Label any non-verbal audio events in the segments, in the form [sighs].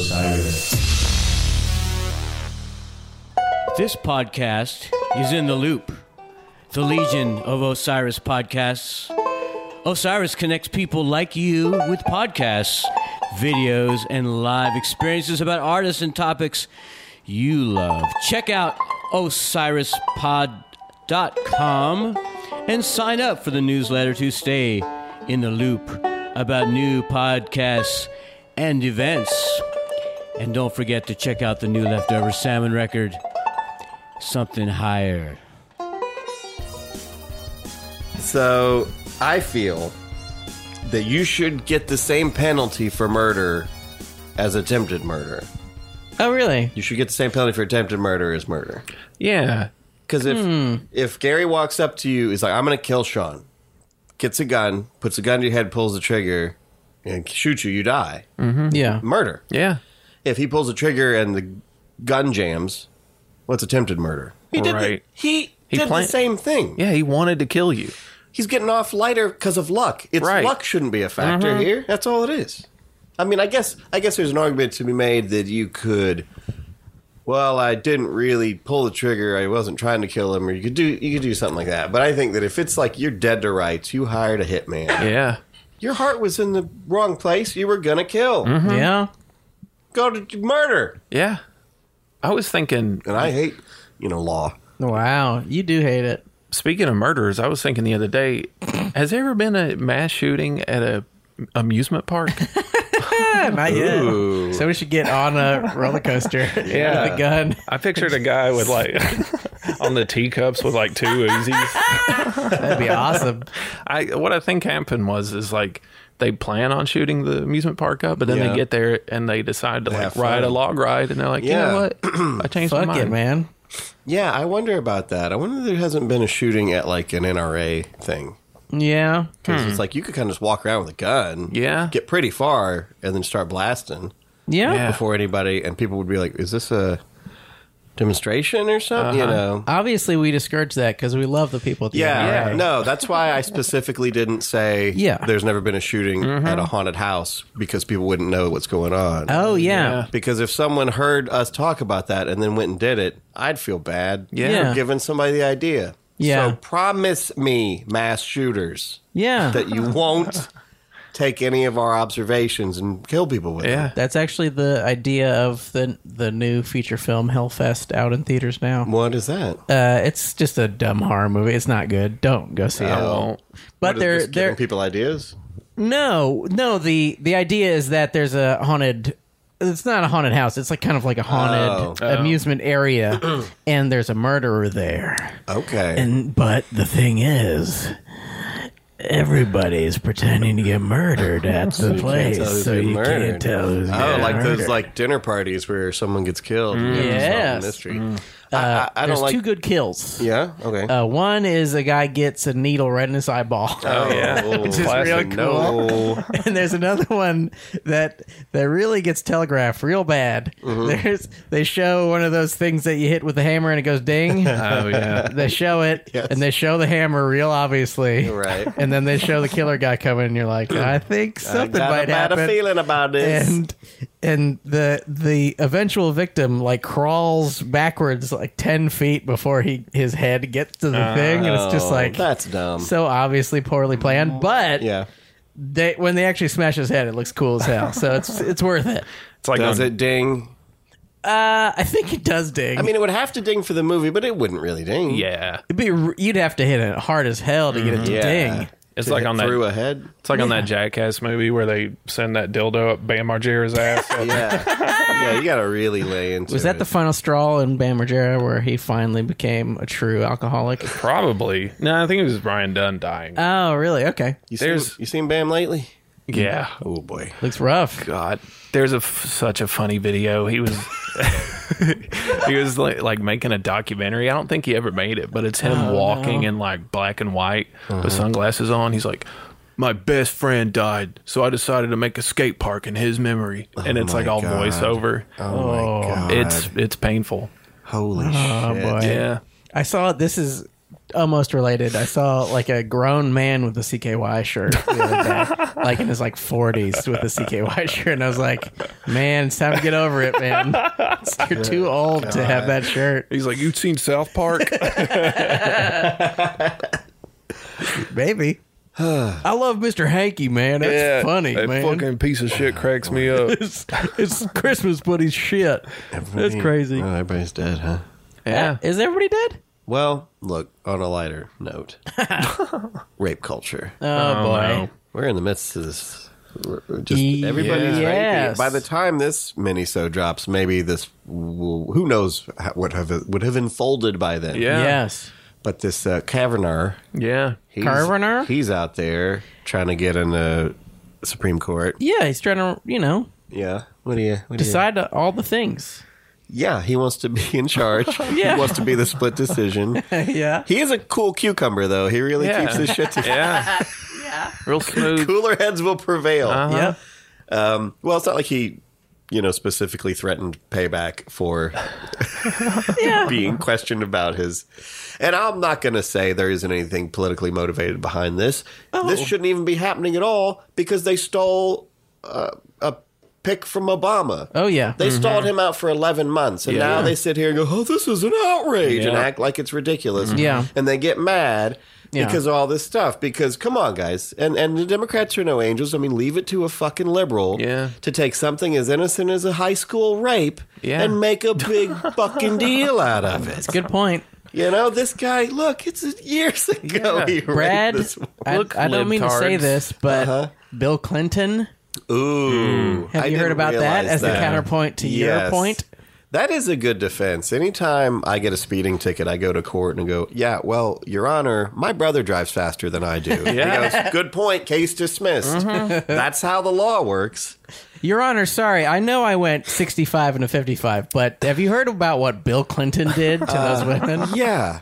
Osiris. This podcast is in the loop. The Legion of Osiris podcasts. Osiris connects people like you with podcasts, videos, and live experiences about artists and topics you love. Check out osirispod.com and sign up for the newsletter to stay in the loop about new podcasts and events. And don't forget to check out the new leftover salmon record, Something Higher. So I feel that you should get the same penalty for murder as attempted murder. Oh, really? You should get the same penalty for attempted murder as murder. Yeah. Because if if Gary walks up to you, he's like, "I'm going to kill Sean," gets a gun, puts a gun to your head, pulls the trigger, and shoots you, you die. Yeah. Murder. Yeah. If he pulls the trigger and the gun jams, what's attempted murder? He did. Right. The, he, He did plan- the same thing. Yeah, he wanted to kill you. he's getting off lighter because of luck. It's Right. luck shouldn't be a factor here. That's all it is. I mean, I guess I guess there's an argument to be made that you could. Well, I didn't really pull the trigger. I wasn't trying to kill him, or you could do you could do something like that. But I think that if it's like you're dead to rights, you hired a hitman. Yeah. Your heart was in the wrong place. You were gonna kill. Mm-hmm. Yeah. Go to murder. Yeah. I was thinking, And I hate you know law. Wow, you do hate it. speaking of murders, I was thinking the other day, has there ever been a mass shooting at a amusement park? Not yet. So we should get on a [laughs] roller coaster. Yeah. with a gun. [laughs] I pictured a guy with like [laughs] on the teacups with like two Uzis. That'd [laughs] be awesome. I what I think happened was is like they plan on shooting the amusement park up, but then Yeah. they get there and they decide to like have ride a fun. log ride, and they're like, you Yeah. know what? I changed my Fuck mind. it, man. Yeah, I wonder about that. I wonder if there hasn't been a shooting at like an NRA thing. Yeah. Because it's like you could kind of just walk around with a gun, Yeah. get pretty far, and then start blasting Yeah. Yeah. before anybody, and people would be like, "Is this a demonstration or something?" You know? Obviously, we discourage that because we love the people. at the Yeah, NRA. no, that's why I specifically didn't say. Yeah. there's never been a shooting at a haunted house because people wouldn't know what's going on. Oh yeah. Because if someone heard us talk about that and then went and did it, I'd feel bad Yeah. for giving somebody the idea. Yeah. So promise me, mass shooters. Yeah. that you won't take any of our observations and kill people with Yeah. it. That's actually the idea of the the new feature film Hellfest out in theaters now. What is that? Uh, it's just a dumb horror movie. It's not good. Don't go see I it. won't. Oh, What But is they're this, giving they're people ideas. No, no. The the idea is that there's a haunted. It's not a haunted house. It's like kind of like a Oh. haunted amusement [clears throat] area, and there's a murderer there. Okay. And but the thing is, everybody's pretending to get [laughs] murdered at the tell place, who's so getting you murdered. can't tell who's oh, getting like murdered. those like dinner parties where someone gets killed. and you have to solve the Mm. Yes. Uh, mystery. I, I, I There's don't like. two good kills. yeah. Okay. Uh, one is a guy gets a needle right in his eyeball. oh yeah. [laughs] Which is real classic. No. [laughs] and there's another one that that really gets telegraphed real bad. Mm-hmm. There's they show one of those things that you hit with the hammer and it [laughs] goes ding. Oh yeah. they show it Yes. and they show the hammer real obviously. Right. [laughs] And then they show the killer guy coming and you're like, I think I something got a might bad happen. feeling about this. And and the the eventual victim like crawls backwards like ten feet before he his head gets to the thing and it's just Oh, like that's dumb. so obviously poorly planned. But yeah. they when they actually smash his head, it looks cool as hell. So [laughs] it's it's worth it. It's like Does on- it ding? Uh, I think it does ding. I mean, it would have to ding for the movie, but it wouldn't really ding. Yeah. It'd be r- you'd have to hit it hard as hell to get it to Mm-hmm. Yeah. ding. It's To like hit on that- through a head. [laughs] It's like on that Jackass movie where they send that dildo up Bam Margera's ass. [laughs] Yeah. yeah. You got to really lay into. Was that it. the final straw in Bam Margera where he finally became a true [laughs] alcoholic? Probably. No, I think it was Brian Dunn dying. Oh, really? Okay, You seen, There's- you seen Bam lately? yeah. Oh boy. looks rough. God, there's a f- such a funny video. He was [laughs] he was like, like making a documentary. I don't think he ever made it, but it's Oh, him walking in like black and white Uh-huh. with sunglasses on. He's like, my best friend died, so I decided to make a skate park in his memory, and it's like Oh my God. all voiceover. Oh my god. it's it's painful. Oh, holy shit. boy. Yeah, I saw this is almost related. I saw like a grown man with a CKY shirt, the other [laughs] day, like in his like 40s with a CKY shirt, and I was like, "Man, it's time to get over it, [laughs] man. You're too old to have that shirt." He's like, you've seen South [laughs] Park? [sighs] Maybe. I love Mr. Hanky, man. That's funny, that man. fucking piece of shit cracks me up. [laughs] it's, it's Christmas, but he's shit. That's crazy. Uh, Oh, everybody's dead, huh? yeah. Is everybody dead? Well, look, on a lighter [laughs] note, rape culture. Oh, boy. no. We're in the midst of this. r- r- Just Ye- everybody's Yes. rapey. By the time this miniso drops, maybe this will, who knows how- what have would have unfolded by then. Yeah. Yes. But this uh, Kavanaugh, [laughs] Yeah. he's, Kavanaugh? he's out there trying to get in the Supreme Court. Yeah, he's trying to, you know, Yeah. What do you what do you- decide to- all [laughs] the things. Yeah, he wants to be in [laughs] charge. Yeah. He wants to be the split [laughs] decision. yeah. He is a cool cucumber, though. He really Yeah. keeps his shit [laughs] together. Yeah. Real smooth. Cooler heads will prevail. Uh-huh. Yeah. Well, it's not like he, you know, specifically threatened payback for being questioned about his. And I'm not going to say there isn't anything politically motivated behind this. This shouldn't even be happening at all because they stole uh, a pick from Obama. Oh, yeah. Mm-hmm. They stalled him out for 11 months, and now they sit here and go, oh, this is an outrage, and Yeah. Mm-hmm. act like it's ridiculous. Yeah. And they get mad Yeah. because of all this stuff. Because, come on, guys. And, and the Democrats are no angels. I mean, leave it to a fucking liberal Yeah. to take something as innocent as a high school rape Yeah. and make [laughs] a big fucking deal out of it. [laughs] Good point. You know, this guy, look, it's years [laughs] ago Yeah. he raped Brad, this one. I, Look, I don't mean to say libtards. this, but Bill Clinton, Ooh. have I you heard didn't about that realize as the that. counterpoint to your Yes. point? That is a good defense. Anytime I get a speeding ticket, I go to court and go, Yeah, well, Your Honor, my brother drives faster than I [laughs] do. He Yeah. goes, good point. Case dismissed. Mm-hmm. That's how the law works. Your Honor, sorry, I know I went 65 and a 55, but have you heard about what Bill Clinton did to those women? And Uh, [laughs] Yeah.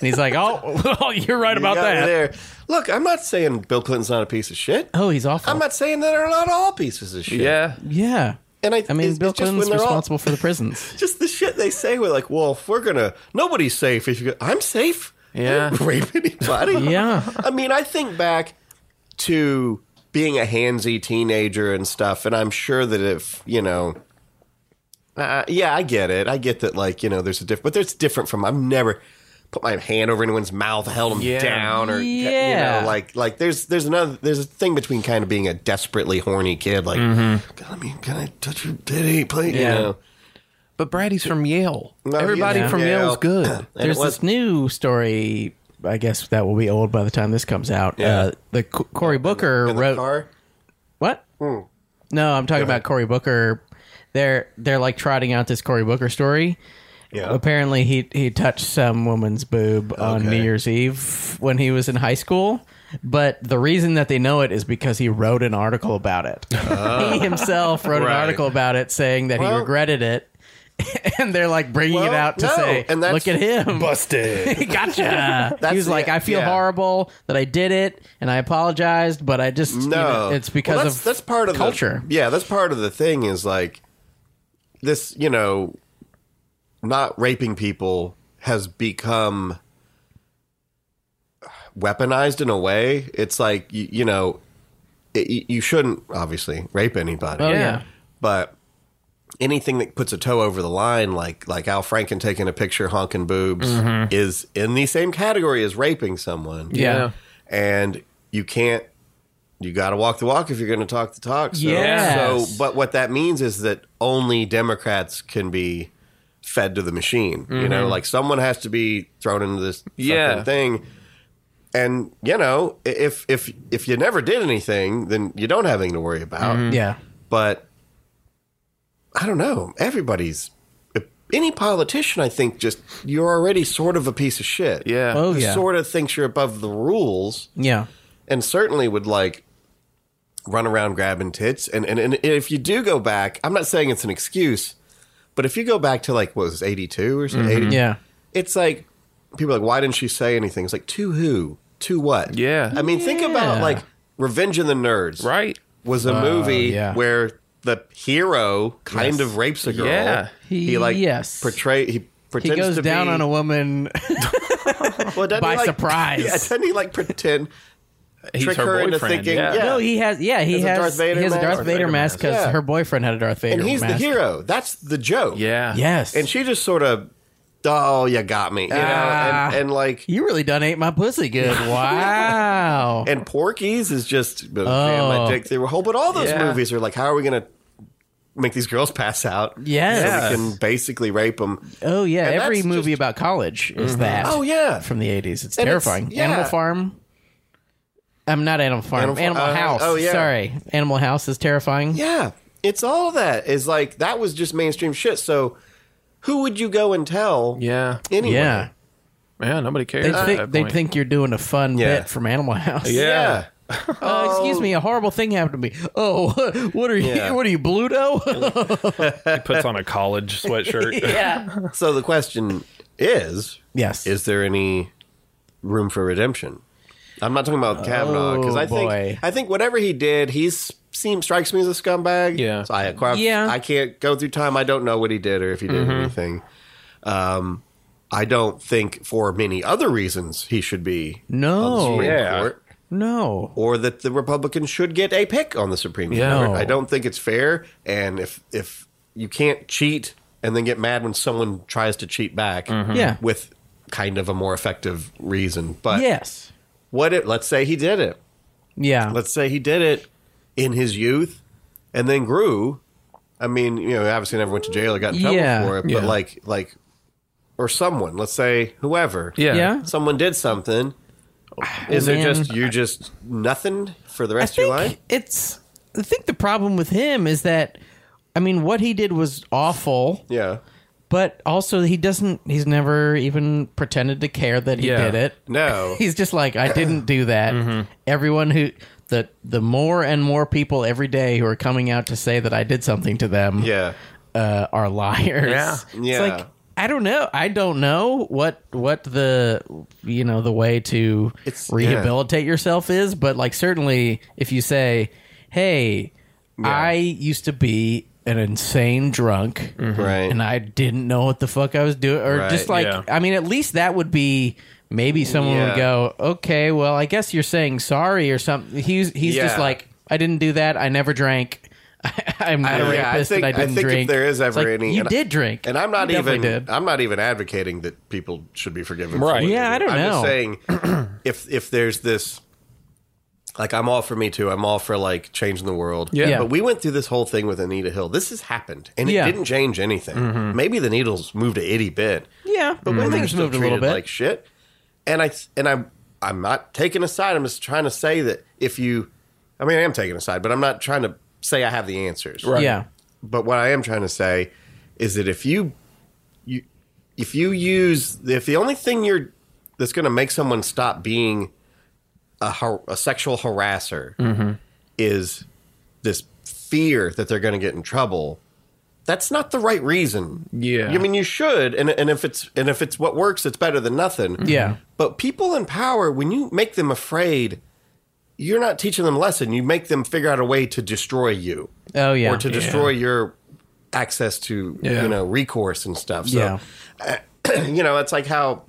he's like, oh, [laughs] well, you're right You about got me that. There. Look, I'm not saying Bill Clinton's not a piece of shit. Oh, he's awful. I'm not saying that they're not all pieces of shit. Yeah. yeah. And I, I mean, it's- Bill it's just when Clinton's they're all- responsible for the prisons. [laughs] just the shit they say. We're like, well, if we're gonna, nobody's safe. If you, go, I'm safe. Yeah. I didn't [laughs] rape anybody. [laughs] Yeah. I mean, I think back to being a handsy teenager and stuff, and I'm sure that if you know. Uh, yeah, I get it. I get that, like you know, there's a different, but there's different from. I've never put my hand over anyone's mouth, held them Yeah. down, or Yeah. you know, like like there's there's another there's a thing between kind of being a desperately horny kid, like, God, let me can I touch your titty, please? Mm-hmm. Yeah. You know? But Brady's from Yale. No, Everybody yeah. from Yeah. Yale's good. [clears throat] And There's it was- this new story. I guess that will be old by the time this comes out. Uh, the C- Cory Booker in the wrote car. what? Hmm. No, I'm talking about Cory Booker. They're they're like trotting out this Cory Booker story. Yeah. Apparently, he he touched some woman's boob on Okay. New Year's Eve when he was in high school. But the reason that they know it is because he wrote an article about [laughs] it. he himself wrote an Oh. Right. article about it, saying that he Well- regretted it. [laughs] And they're like bringing it Well, out to no, say, and that's- "Look at him, Busted. gotcha. he was the- like, I feel yeah. horrible that I did it, and I apologized, but I just you No, know, it's because Well, that's, of that's part of culture. The, yeah, that's part of the thing is like this. You know, not raping people has become weaponized in a way. It's like you, you know, it, you- you shouldn't obviously rape anybody. Oh, yeah. Yeah. but anything that puts a toe over the line, like like Al Franken taking a picture honking boobs, is in the same category as raping someone. Mm-hmm. Yeah. and you can't. You got to walk the walk if you're going to talk the talk. So, Yes. so, but what that means is that only Democrats can be fed to the machine. You know, like someone has to be thrown into this fucking Mm-hmm. Yeah. thing. And you know, i- if if if you never did anything, then you don't have anything to worry about Mm-hmm. Yeah. but I don't know. Everybody's if- any politician. I think just you're already sort of a piece of shit. Yeah. Oh, Who yeah. sort of thinks you're above the rules, Yeah. and certainly would like run around grabbing tits. And and, and if you do go back, I'm not saying it's an excuse, but if you go back to like what was 82 or something, Mm-hmm. 80, Yeah. it's like people are like, why didn't she say anything? It's like to who, to what? Yeah. I mean, think Yeah. Uh, about like Revenge of the Nerds, [laughs] Right. was a movie yeah. where the hero kind of rapes a girl. Yeah. He like Yes. portray he He pretends goes to down be, on a [laughs] woman. well, doesn't by he, like- [laughs] surprise. Yeah, doesn't he like pretend He's trick her her, into boyfriend, thinking? yeah. Yeah, no, he has. Yeah, he Has a has. Darth Vader he has a mask? Darth Darth Vader Vader mask because Yeah. her boyfriend had a Darth Vader and he's mask. the hero. That's the joke. Yeah. Yes. and she just sort of, oh, you got me, you know, Ah. and, and like. you really done ate my [laughs] pussy good. Wow. And Porky's is just oh. man, Oh. my dick through a hole. But all those Yeah. movies are like, how are we going to make these girls pass out? so Yes. we can basically rape them. oh yeah. and Every that's movie just- about college is that. Oh yeah, From the eighties. It's And it's- terrifying. yeah. Animal Farm. I'm not Animal Farm. Animal, Animal- uh, House. oh, yeah. Sorry. Animal House is terrifying. yeah. It's all that is like that was just mainstream shit. So who would you go and tell? Yeah. anyway. Uh, Yeah. Yeah. Nobody cares. They at think that they point. think you're doing a fun Yeah. bit from Animal House. Yeah. yeah. Uh, excuse me, a horrible thing happened to me. Oh, [laughs] what are you? Oh. Yeah. What are you, Bluto? he puts on a college sweatshirt. [laughs] yeah. So the question is: Yes. Is there any room for redemption? I'm not talking about Kavanaugh because I Oh, think boy. I think whatever he did, he's seems strikes me as a scumbag. Yeah. so I acquire, Yeah. I can't go through time. I don't know what he did or if he did Mm-hmm. anything. Um, I don't think for many other reasons he should be on the no. Supreme Yeah. Court. No. or that the Republicans should get a pick on the Supreme Yeah. Court. I don't think it's fair. And if if you can't cheat and then get mad when someone tries to cheat back, Mm-hmm. Yeah. with kind of a more effective reason. But yes. what if let's say he did it? Yeah. Let's say he did it in his youth and then grew. I mean, you know, obviously never went to jail or got in trouble Yeah. for it, but Yeah. like like or someone, let's say whoever. Yeah. yeah. Someone did something. Is it Oh, man. just you just nothing for the I rest of your think life? it's. I think the problem with him is that, I mean, what he did was awful, Yeah. but also he doesn't. He's never even pretended to care that he Yeah. did it. No. [laughs] Mm-hmm. He's just like, I didn't do that. Everyone who the the more and more people every day who are coming out to say that I did something to them. yeah. uh, are liars. Yeah. Yeah. It's like I don't know. I don't know what what the you know the way to It's- rehabilitate yourself is, but like certainly if you say, "Hey, I used to be an insane drunk Right. Mm, and I didn't know what the fuck I was doing," or Right, just like yeah. I mean, at least that would be. Maybe someone would Yeah. go, okay, well, I guess you're saying sorry or something. He's he's just Yeah. like, I didn't do that. I never drank. [laughs] I, am not a Yeah, I rapist think- and I I didn't think if drink. there is It's ever like, any- you and I- did drink, and I'm not You definitely even did. I'm not even advocating that people should be forgiven. for Right. what they Yeah, did. I don't I'm know. just saying [clears throat] if if there's this like I'm all for me too. I'm all for like changing the world. Yeah. But we went through this whole thing with Anita Hill. This has happened and Yeah. Mm-hmm. it didn't change anything. Maybe the needles moved a itty bit. yeah, but Women women's Mm-hmm. still moved a little Mhm. treated bit. like shit. And I and I'm I'm not taking a side. I'm just trying to say that if you I mean I am taking a side, but I'm not trying to say I have the answers. Right. Yeah, but what I am trying to say is that if you you if you use if the only thing you're that's going to make someone stop being a, har- a sexual harasser is this fear that they're going to get in trouble that's not the right reason Yeah. i mean you should and, and if it's and if it's what works it's better than nothing Yeah. but people in power when you make them afraid you're not teaching them a lesson you make them figure out a way to destroy you Oh, yeah. or to Yeah. destroy your access to Yeah. you know recourse and stuff so yeah, [clears throat] you know, it's like how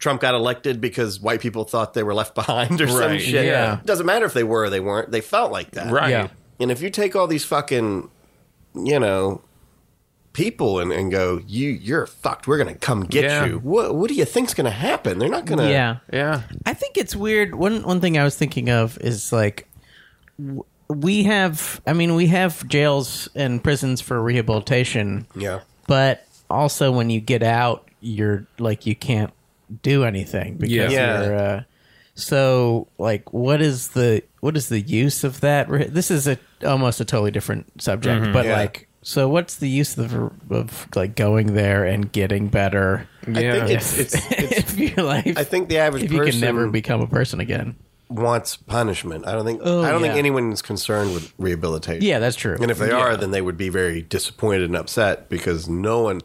Trump got elected because white people thought they were left [laughs] behind or some Right, shit. yeah. It doesn't matter if they were or they weren't. They felt like that. [laughs] Right. yeah. And if you take all these fucking, you know, people and, and go, you you're fucked. We're gonna come get Yeah. you. What what do you think's gonna happen? They're not gonna. yeah. Yeah. I think it's weird. One one thing I was thinking of is like w- we have. I mean, we have jails and prisons for rehabilitation. Yeah. but also when you get out you're like you can't do anything because Yeah. you're uh, so like what is the what is the use of that Re- this is a almost a totally different subject but Yeah. like so what's the use of of like going there and getting better I Yeah. think [laughs] it's, it's, it's if you're like I think the average if you person can never become a person again wants punishment. I don't think Oh, I don't think yeah. anyone is concerned with rehabilitation. yeah that's true And if they are, then they would be very disappointed and upset because no one,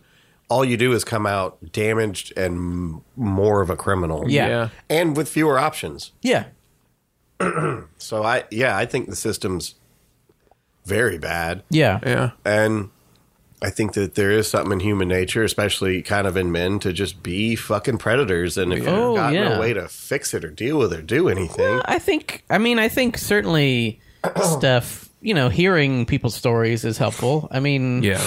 all you do is come out damaged and m- more of a criminal. Yeah. Yeah. And with fewer options. yeah So I, yeah, I think the system's very bad. yeah Yeah. And I think that there is something in human nature, especially kind of in men, to just be fucking predators. And if Oh, you've got yeah. no way to fix it or deal with it or do anything, I think. I mean, I [clears throat] think certainly stuff. You know, hearing people's stories is helpful. I mean, Yeah.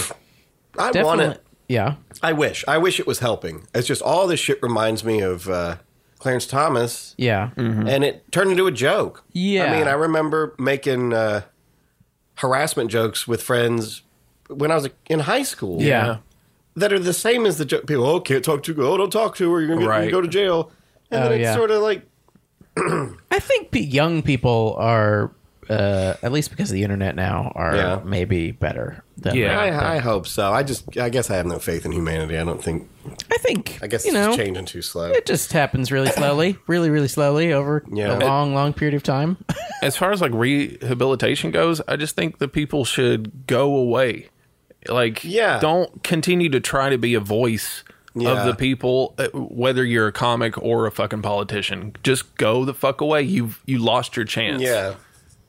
I definitely. want it. Yeah. I wish. I wish it was helping. It's just all this shit reminds me of uh, Clarence Thomas, Yeah. and it turned into a joke. Mm-hmm. Yeah. I mean, I remember making uh, harassment jokes with friends when I was in high school. Yeah. that are the same as the jo- people. Oh, can't talk to. Oh, don't talk to her. You're gonna get, Right. you go to jail. And Oh, then it's yeah. sort of like I think pe young people are, uh, at least because of the internet now, are Yeah. maybe better. Than Yeah. I, I hope so. I just I guess I have no faith in humanity. I don't think. I think. I guess you it's know just changing too slow. it just happens really slowly, really, really slowly over Yeah. a long, long period of [laughs] time. as far as like rehabilitation goes, I just think the people should go away. Like, Yeah. don't continue to try to be a voice Yeah. of the people, uh, whether you're a comic or a fucking politician. Just go the fuck away. You've you lost your chance. Yeah,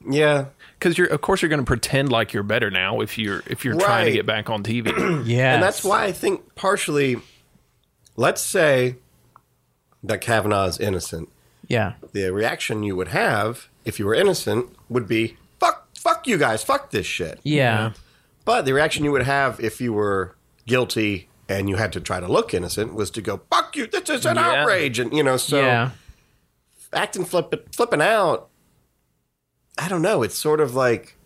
yeah. because you're of course you're going to pretend like you're better now if you're if you're trying to Right. get back on [clears throat] TV. yeah. And that's why I think partially, let's say that Kavanaugh is innocent. Yeah. The reaction you would have if you were innocent would be fuck, fuck you guys, fuck this shit. Yeah. But the reaction you would have if you were guilty and you had to try to look innocent was to go fuck you. This is an Yeah. outrage, and you know so yeah. acting flip, flipping out. I don't know. It's sort of like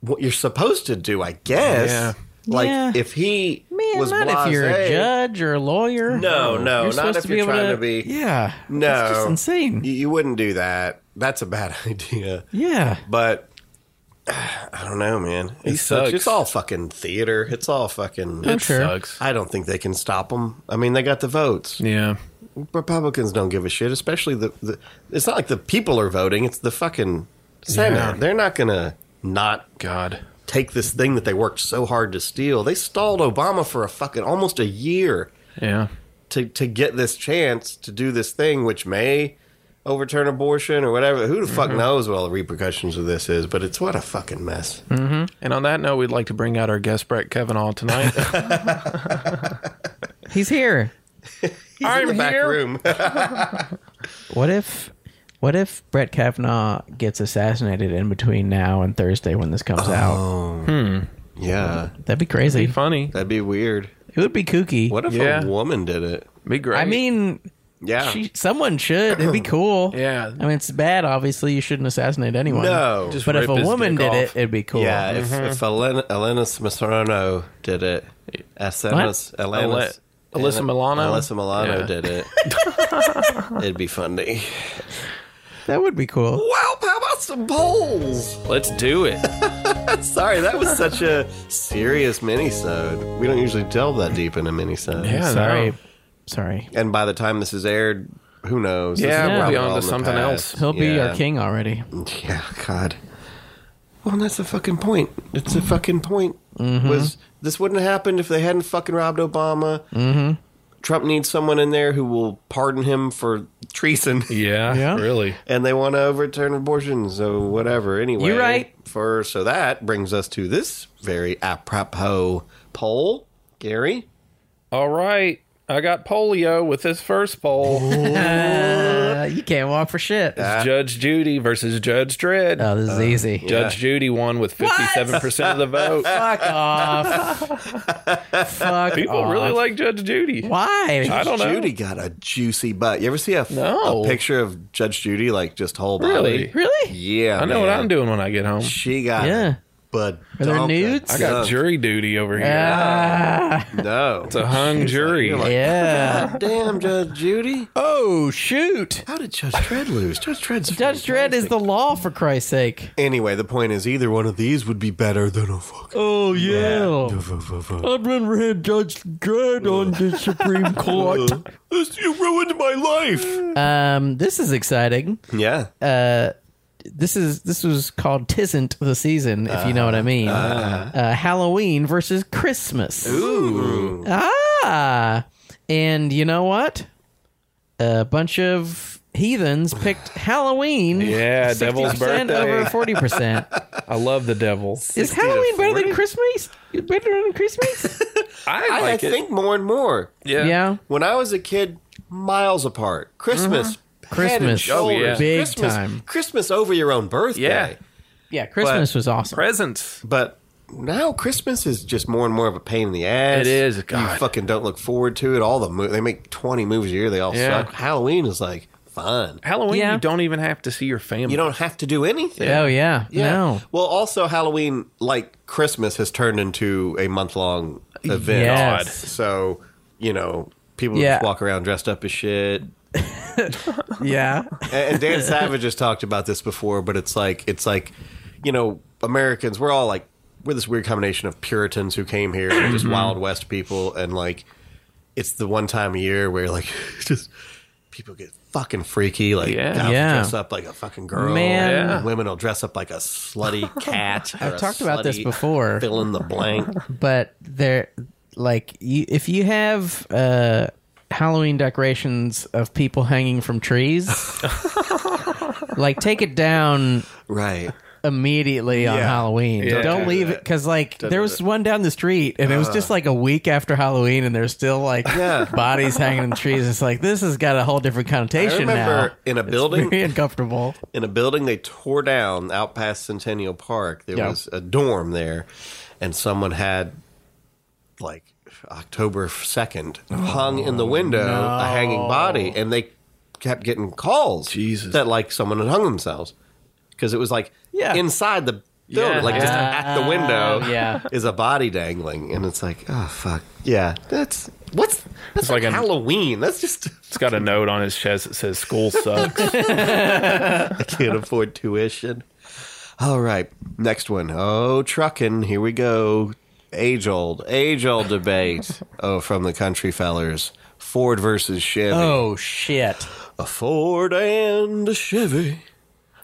what you're supposed to do, I guess. Yeah. Like Yeah. if he Man, was not if you're a blasé- judge or a lawyer. No, no, You're not supposed if to be you're able trying to- to be. Yeah. No, It's just insane. You, you wouldn't do that. That's a bad [laughs] idea. Yeah. But [sighs] I don't know, man. It's, such- sucks. it's all fucking theater. It's all fucking. I'm sure. Sucks. I don't think they can stop them. I mean, they got the votes. Yeah. Republicans don't give a shit, especially the, the it's not like the people are voting, it's the fucking Senate. Yeah. They're not gonna not God. take this thing that they worked so hard to steal. They stalled Obama for a fucking almost a year Yeah. to to get this chance to do this thing which may overturn abortion or whatever. Who the fuck Mm-hmm. knows what all the repercussions of this is, but it's what a fucking mess. And on that note, we'd like to bring out our guest Brett Kavanaugh [laughs] tonight. He's here. He's in the back room. [laughs] What if what if Brett Kavanaugh gets assassinated in between now and Thursday when this comes out? yeah. That'd be crazy. Funny. That'd be weird. It would be kooky. What if Yeah. a woman did it? Be great. I mean, Yeah. she, someone should. It'd be cool. Yeah. I mean, it's bad. Obviously, you shouldn't assassinate anyone. no. Just But if rip a his woman did dick it, off. it'd be cool. Yeah, if, Mm-hmm. if Elena, Elena Smithrono did it, Elena's, Ele- Elena's, Alyssa Milano? Alyssa Milano Yeah. did it. [laughs] It'd be funny. That would be cool. Wow, how about some polls? Let's do it. [laughs] Sorry, that was such a serious minisode. We don't usually delve that deep into minisode. Yeah. I Sorry. know. Sorry. And by the time this is aired, who knows? Yeah, we'll be on to something else. He'll be yeah. our king already. Yeah, God. Well, that's the fucking point. It's the fucking point. Was this wouldn't have happened if they hadn't fucking robbed Obama? Mm-hmm. Trump needs someone in there who will pardon him for treason, Yeah. Yeah. Really. and they want to overturn abortion. So whatever. Anyway, You're right. For so that brings us to this very apropos poll, Gary. All right. I got polio with this first poll. Uh, you can't walk for shit. Judge Judy versus Judge Dredd. oh, this is easy. Judge Judy won with 57% of the vote. [laughs] Fuck off. Fuck People off. really like Judge Judy. Why? I don't know. Judy got a juicy butt. You ever see a, Oh, No. a picture of Judge Judy like just whole body? Really? Really? Yeah, I know what man. I'm doing when I get home. She got Yeah. but Are there nudes? I got jury duty over here. Ah, no. It's a hung jury. yeah. [laughs] Damn, Judge Judy. Oh shoot! How did Judge Dredd lose? Judge Dredd's Judge Dredd is the law for Christ's sake. Anyway, the point is either one of these would be better than a fuck. [laughs] Oh yeah. Oh, I'd rather have Judge Dredd on [laughs] the Supreme Court. Uh, This, you ruined my life. Um, this is exciting. Yeah. This is this was called Tisn't the Season, if you know what I mean. Uh, Uh-huh. Halloween versus Christmas. Ooh. Ah, and you know what? A bunch of heathens picked Halloween. Yeah, Devil's 60% Birthday. over [laughs] forty percent. I love the devil. Is Halloween better than Christmas? Better than Christmas? I I, I like it. think more and more. yeah. yeah. When I was a kid, miles apart. Mm-hmm. Christmas. head and Christmas. Oh, yeah. shoulders. Big Christmas, time. Christmas over your own birthday. Yeah. Yeah, Christmas was awesome. Presents. But now Christmas is just more and more of a pain in the ass. It is, You God. fucking don't look forward to it. All the mo- they make twenty movies a year. They all Yeah. suck. Halloween is like fun. Halloween, Yeah. you don't even have to see your family. You don't have to do anything. Oh yeah. No. Well, also Halloween, like Christmas, has turned into a month long event. Yes. God. So you know people Yeah. just walk around dressed up as shit. Yeah. And and Dan Savage has talked about this before, but it's like it's like, you know, Americans. We're all like we're this weird combination of Puritans who came here and Mm-hmm. just Wild West people, and like it's the one time a year where like [laughs] just people get fucking freaky. Like Yeah. guys will Yeah. dress up like a fucking girl. Man. Yeah. women will dress up like a [laughs] slutty cat. I've talked about this before. Fill in the [laughs] blank. [laughs] but there like you, if you have uh Halloween decorations of people hanging from trees, [laughs] like take it down right. immediately on Yeah. Halloween. Yeah. Don't Don't leave do it because like Don't there do was that. Uh. one down the street and it was just like a week after Halloween and there's still like Yeah. bodies hanging in the trees. It's like this has got a whole different I connotation remember now. in a building [laughs] Very uncomfortable. in a building they tore down out past Centennial Park. There Yeah. was a dorm there, and someone had like October second hung in the window a hanging body, and they kept getting calls Jesus. that like someone had hung themselves because it was like Yeah. inside the building, Yeah. like just at the window, yeah. is a body dangling, and it's like oh fuck, yeah, that's what's that's It's like, like an- Halloween. That's just It's got a note on his chest that says [laughs] "School sucks." can't afford tuition. All right, next one. Oh, trucking. Here we go. Age old, age old debate. oh, from the country fellers. Ford versus Chevy. Oh shit. A Ford and a Chevy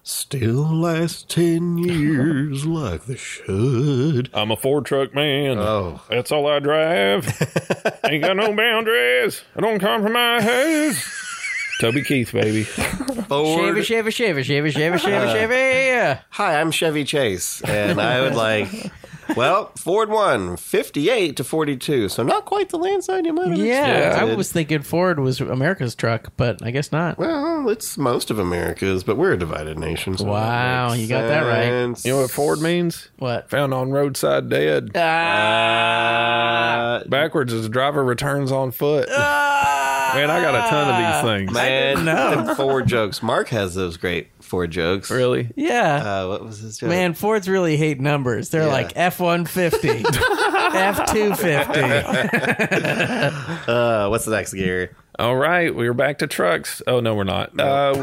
still last 10 [laughs] years like they should. I'm a Ford truck man. Oh. That's all I [laughs] drive. Ain't got no boundaries. I don't compromise. Toby Keith, baby. Shiver, Ford. shiver, shiver, shiver, [laughs] shiver, shiver, shiver. Hi, I'm Chevy Chase, and I would like. Well, Ford won 58 to 42, so not quite the landslide you might have Yeah, I expected. was thinking Ford was America's truck, but I guess not. Well, it's most of America's, but we're a divided nation. so Wow, that makes you got that right. sense. You know what Ford means? What? Found on roadside dead. Uh, Uh, Backwards as driver returns on foot. Man, I got a Ah. ton of these things. man, them Ford jokes. Mark has those great Ford jokes. Really? Yeah. Uh, what was his joke? Man, Fords really hate numbers. They're Yeah. like F one [laughs] fifty, F two fifty. Uh, what's the next gear? All right, we're back to trucks. Oh no, we're not. Uh,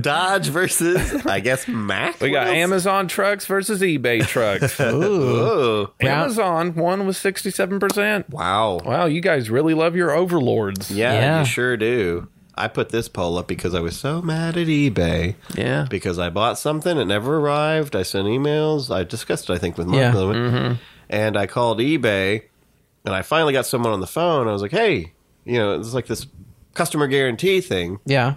Dodge versus, I [laughs] guess, Mack. we got What else? Amazon trucks versus eBay [laughs] trucks. Ooh, Oh, Brown- Amazon one was sixty-seven percent. wow. Wow, you guys really love your overlords. Yeah, Yeah. you sure do. I put this poll up because I was so mad at eBay. yeah. because I bought something, it never arrived. I sent emails. I discussed it, I think, with Mike Yeah. a little bit. Mm-hmm. and I called eBay, and I finally got someone on the phone. I was like, "Hey, you know, it's like this customer guarantee thing, yeah.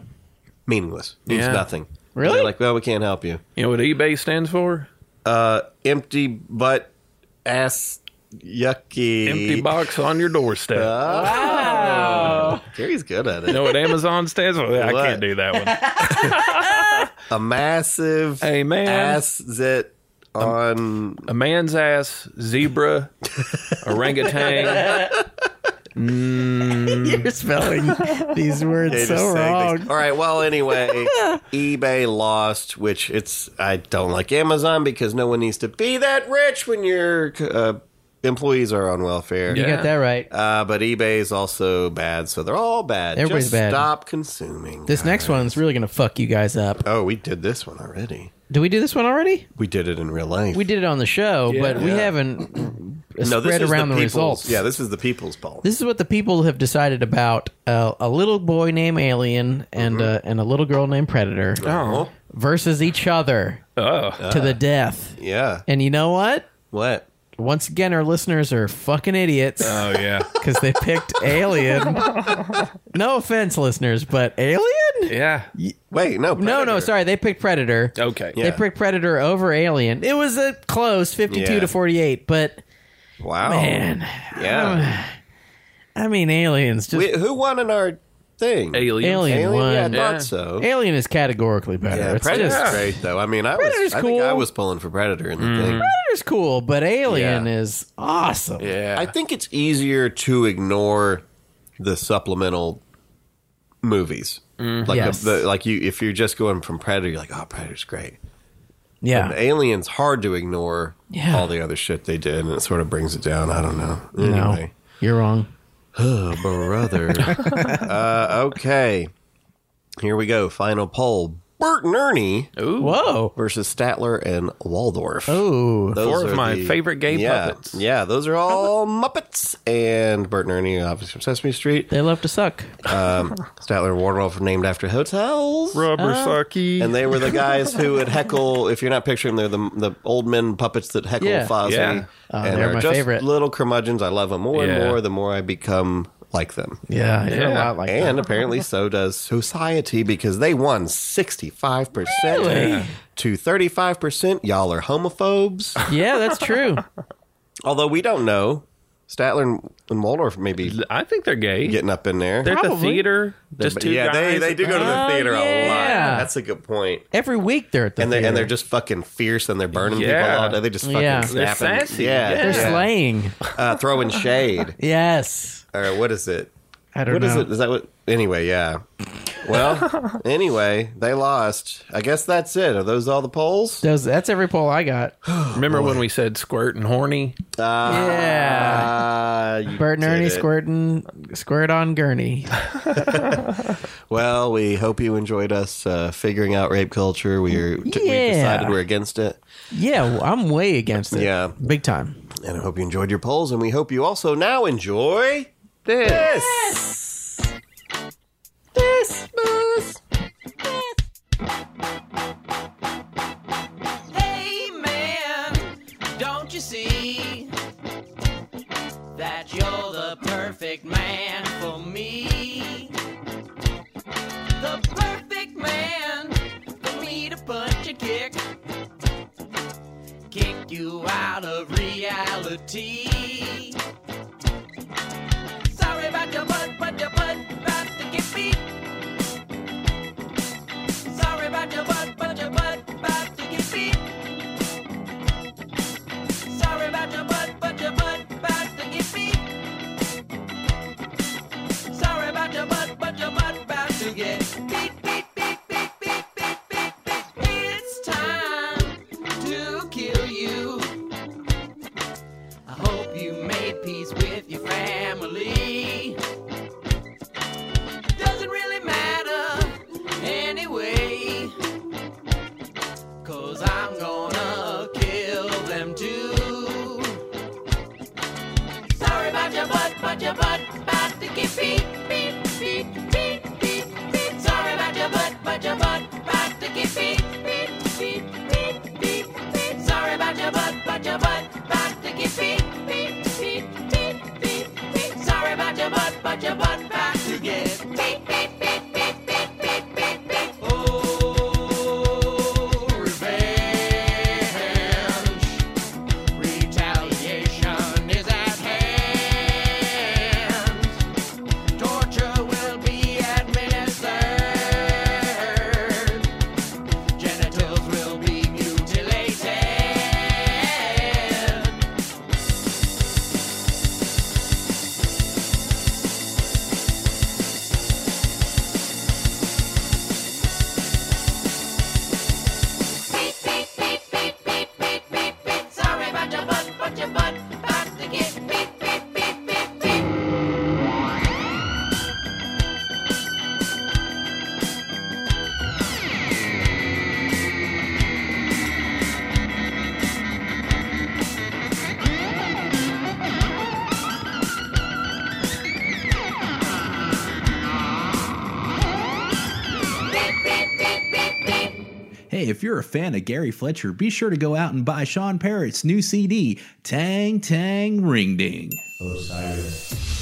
meaningless, means Yeah. nothing." Really? They're like, "Well, we can't help you." You know what eBay stands for? Empty butt, ass, yucky. Empty box on your doorstep. Gary's good at you it. know what Amazon stands for? I What? can't do that one. A massive Hey, man. Um, ass zit on A man's ass, [laughs] zebra, orangutan. You're spelling these words They so just saying wrong. things. All right. Well, anyway, [laughs] eBay lost, which it's I don't like Amazon because no one needs to be that rich when your uh, employees are on welfare. You got that right. Uh, but eBay is also bad, so they're all bad. Everybody's Just bad. Stop consuming. This next one's really gonna fuck you guys up. oh, we did this one already. Did we do this one already? We did it in real life. We did it on the show, but we haven't spread around the, people's- results. Yeah, this is the people's poll. This is what the people have decided about uh, a little boy named Alien and Mm-hmm. uh, and a little girl named Predator oh. versus each other Oh. Uh. to the death. yeah. And you know what? What? once again, our listeners are fucking idiots Uh. Oh yeah, because they [laughs] picked Alien. no offense, listeners, but Alien? yeah. Wait, no, No, no, Predator. sorry. They picked Predator. Okay. They Yeah. picked Predator over Alien. It was a close, 52 Yeah. Oh. to 48, but Wow, man, [laughs] yeah. I mean, Alien's just. We, who won in our thing? Aliens. Alien. Alien? Yeah, I won. Yeah. thought so. Alien is categorically better. Yeah, it's Predator's just. great though. I mean, I Predator's was, I think I cool. Mm. was pulling for Predator in the thing. Predator's cool, but Alien Yeah. is awesome. Yeah. I think it's easier to ignore the supplemental movies. Like Mm. Yes. the, the, like you if you're just going from Predator, you're like, oh, Predator's great. Yeah. And Alien's hard to ignore Yeah. all the other shit they did, and it sort of brings it down. I don't know. no, Anyway, you're wrong. Oh, [laughs] brother. uh, okay, here we go. Final poll: Bert and Ernie Ooh. Whoa. versus Statler and Waldorf. Oh, Those Four of are my favorite gay yeah, puppets. Yeah, those are all Muppets. And Bert and Ernie, obviously from Sesame Street. they love to suck. Statler and Waldorf are named after hotels. Rubber sucky. uh, And they were the guys who [laughs] would heckle. If you're not picturing, them, they're the the old men puppets that heckle Yeah. Fozzie. Yeah. Oh, and they're are my just favorite. little curmudgeons. I love them more and Yeah. more the more I become like them. Yeah, you're a Yeah. lot like that. And apparently, so does society because they won 65% Really? to 35%. Y'all are homophobes. [laughs] Yeah, that's true. Although we don't know. Statler and- and Waldorf may be I think they're gay. getting up in there. They're at the Probably. theater. Just But two yeah, they, guys. they do go to Oh, the theater a yeah. lot. That's a good point. Every week they're at the And they and theater. they're just fucking fierce and they're burning Yeah. people all day. They just fucking Yeah. They're snapping. sassy. Yeah, Yeah. they're They're slaying. uh, throwing shade. Yes, Or what is it? I don't What know. is it? Is that what? Anyway, yeah. [laughs] Well, anyway, they lost. I guess that's it. Are those all the polls? Those, that's every poll I got. Remember when we said squirt and horny? yeah, Uh, you Bert and did Ernie it. squirting, squirt on Gurney. Well, we hope you enjoyed us uh, figuring out rape culture. We're t- Yeah. we decided we're against it. Yeah, well, I'm way against it. Yeah. big time. And I hope you enjoyed your polls, and we hope you also now enjoy this. Christmas. Hey man, don't you see that you're the perfect man for me? The perfect man for me to punch a kick, kick you out of reality. Sorry about your butt, but your butt about to get beat. Sorry about your butt, but your butt about to get beat. Sorry about your butt, but your butt about to get beat. Sorry about your butt, but your butt about to get beat, beat, beat, beat, beat, beat, beat, beat. It's time to kill you. I hope you made peace with your family doesn't really matter anyway. Cause I'm gonna kill them too. Sorry about your butt, but your butt about to get beat, beat, beat, beat, beat, beat. Sorry about your butt, but your butt about to get beat, beat, beat, beat, beat, beat. Sorry about your butt, but your butt about to get beat, beat, beat, beat, beat, beat. Sorry about your butt, but your butt about to get beat, beat, beat, beat, beat, beat, beat, beat. Oh, revenge. Retaliation is at hand. Torture will be administered. Genitals will be mutilated. Hey, if you're a fan of Gary Fletcher, be sure to go out and buy Sean Parrott's new CD, Tang Tang Ring Ding. Osiris.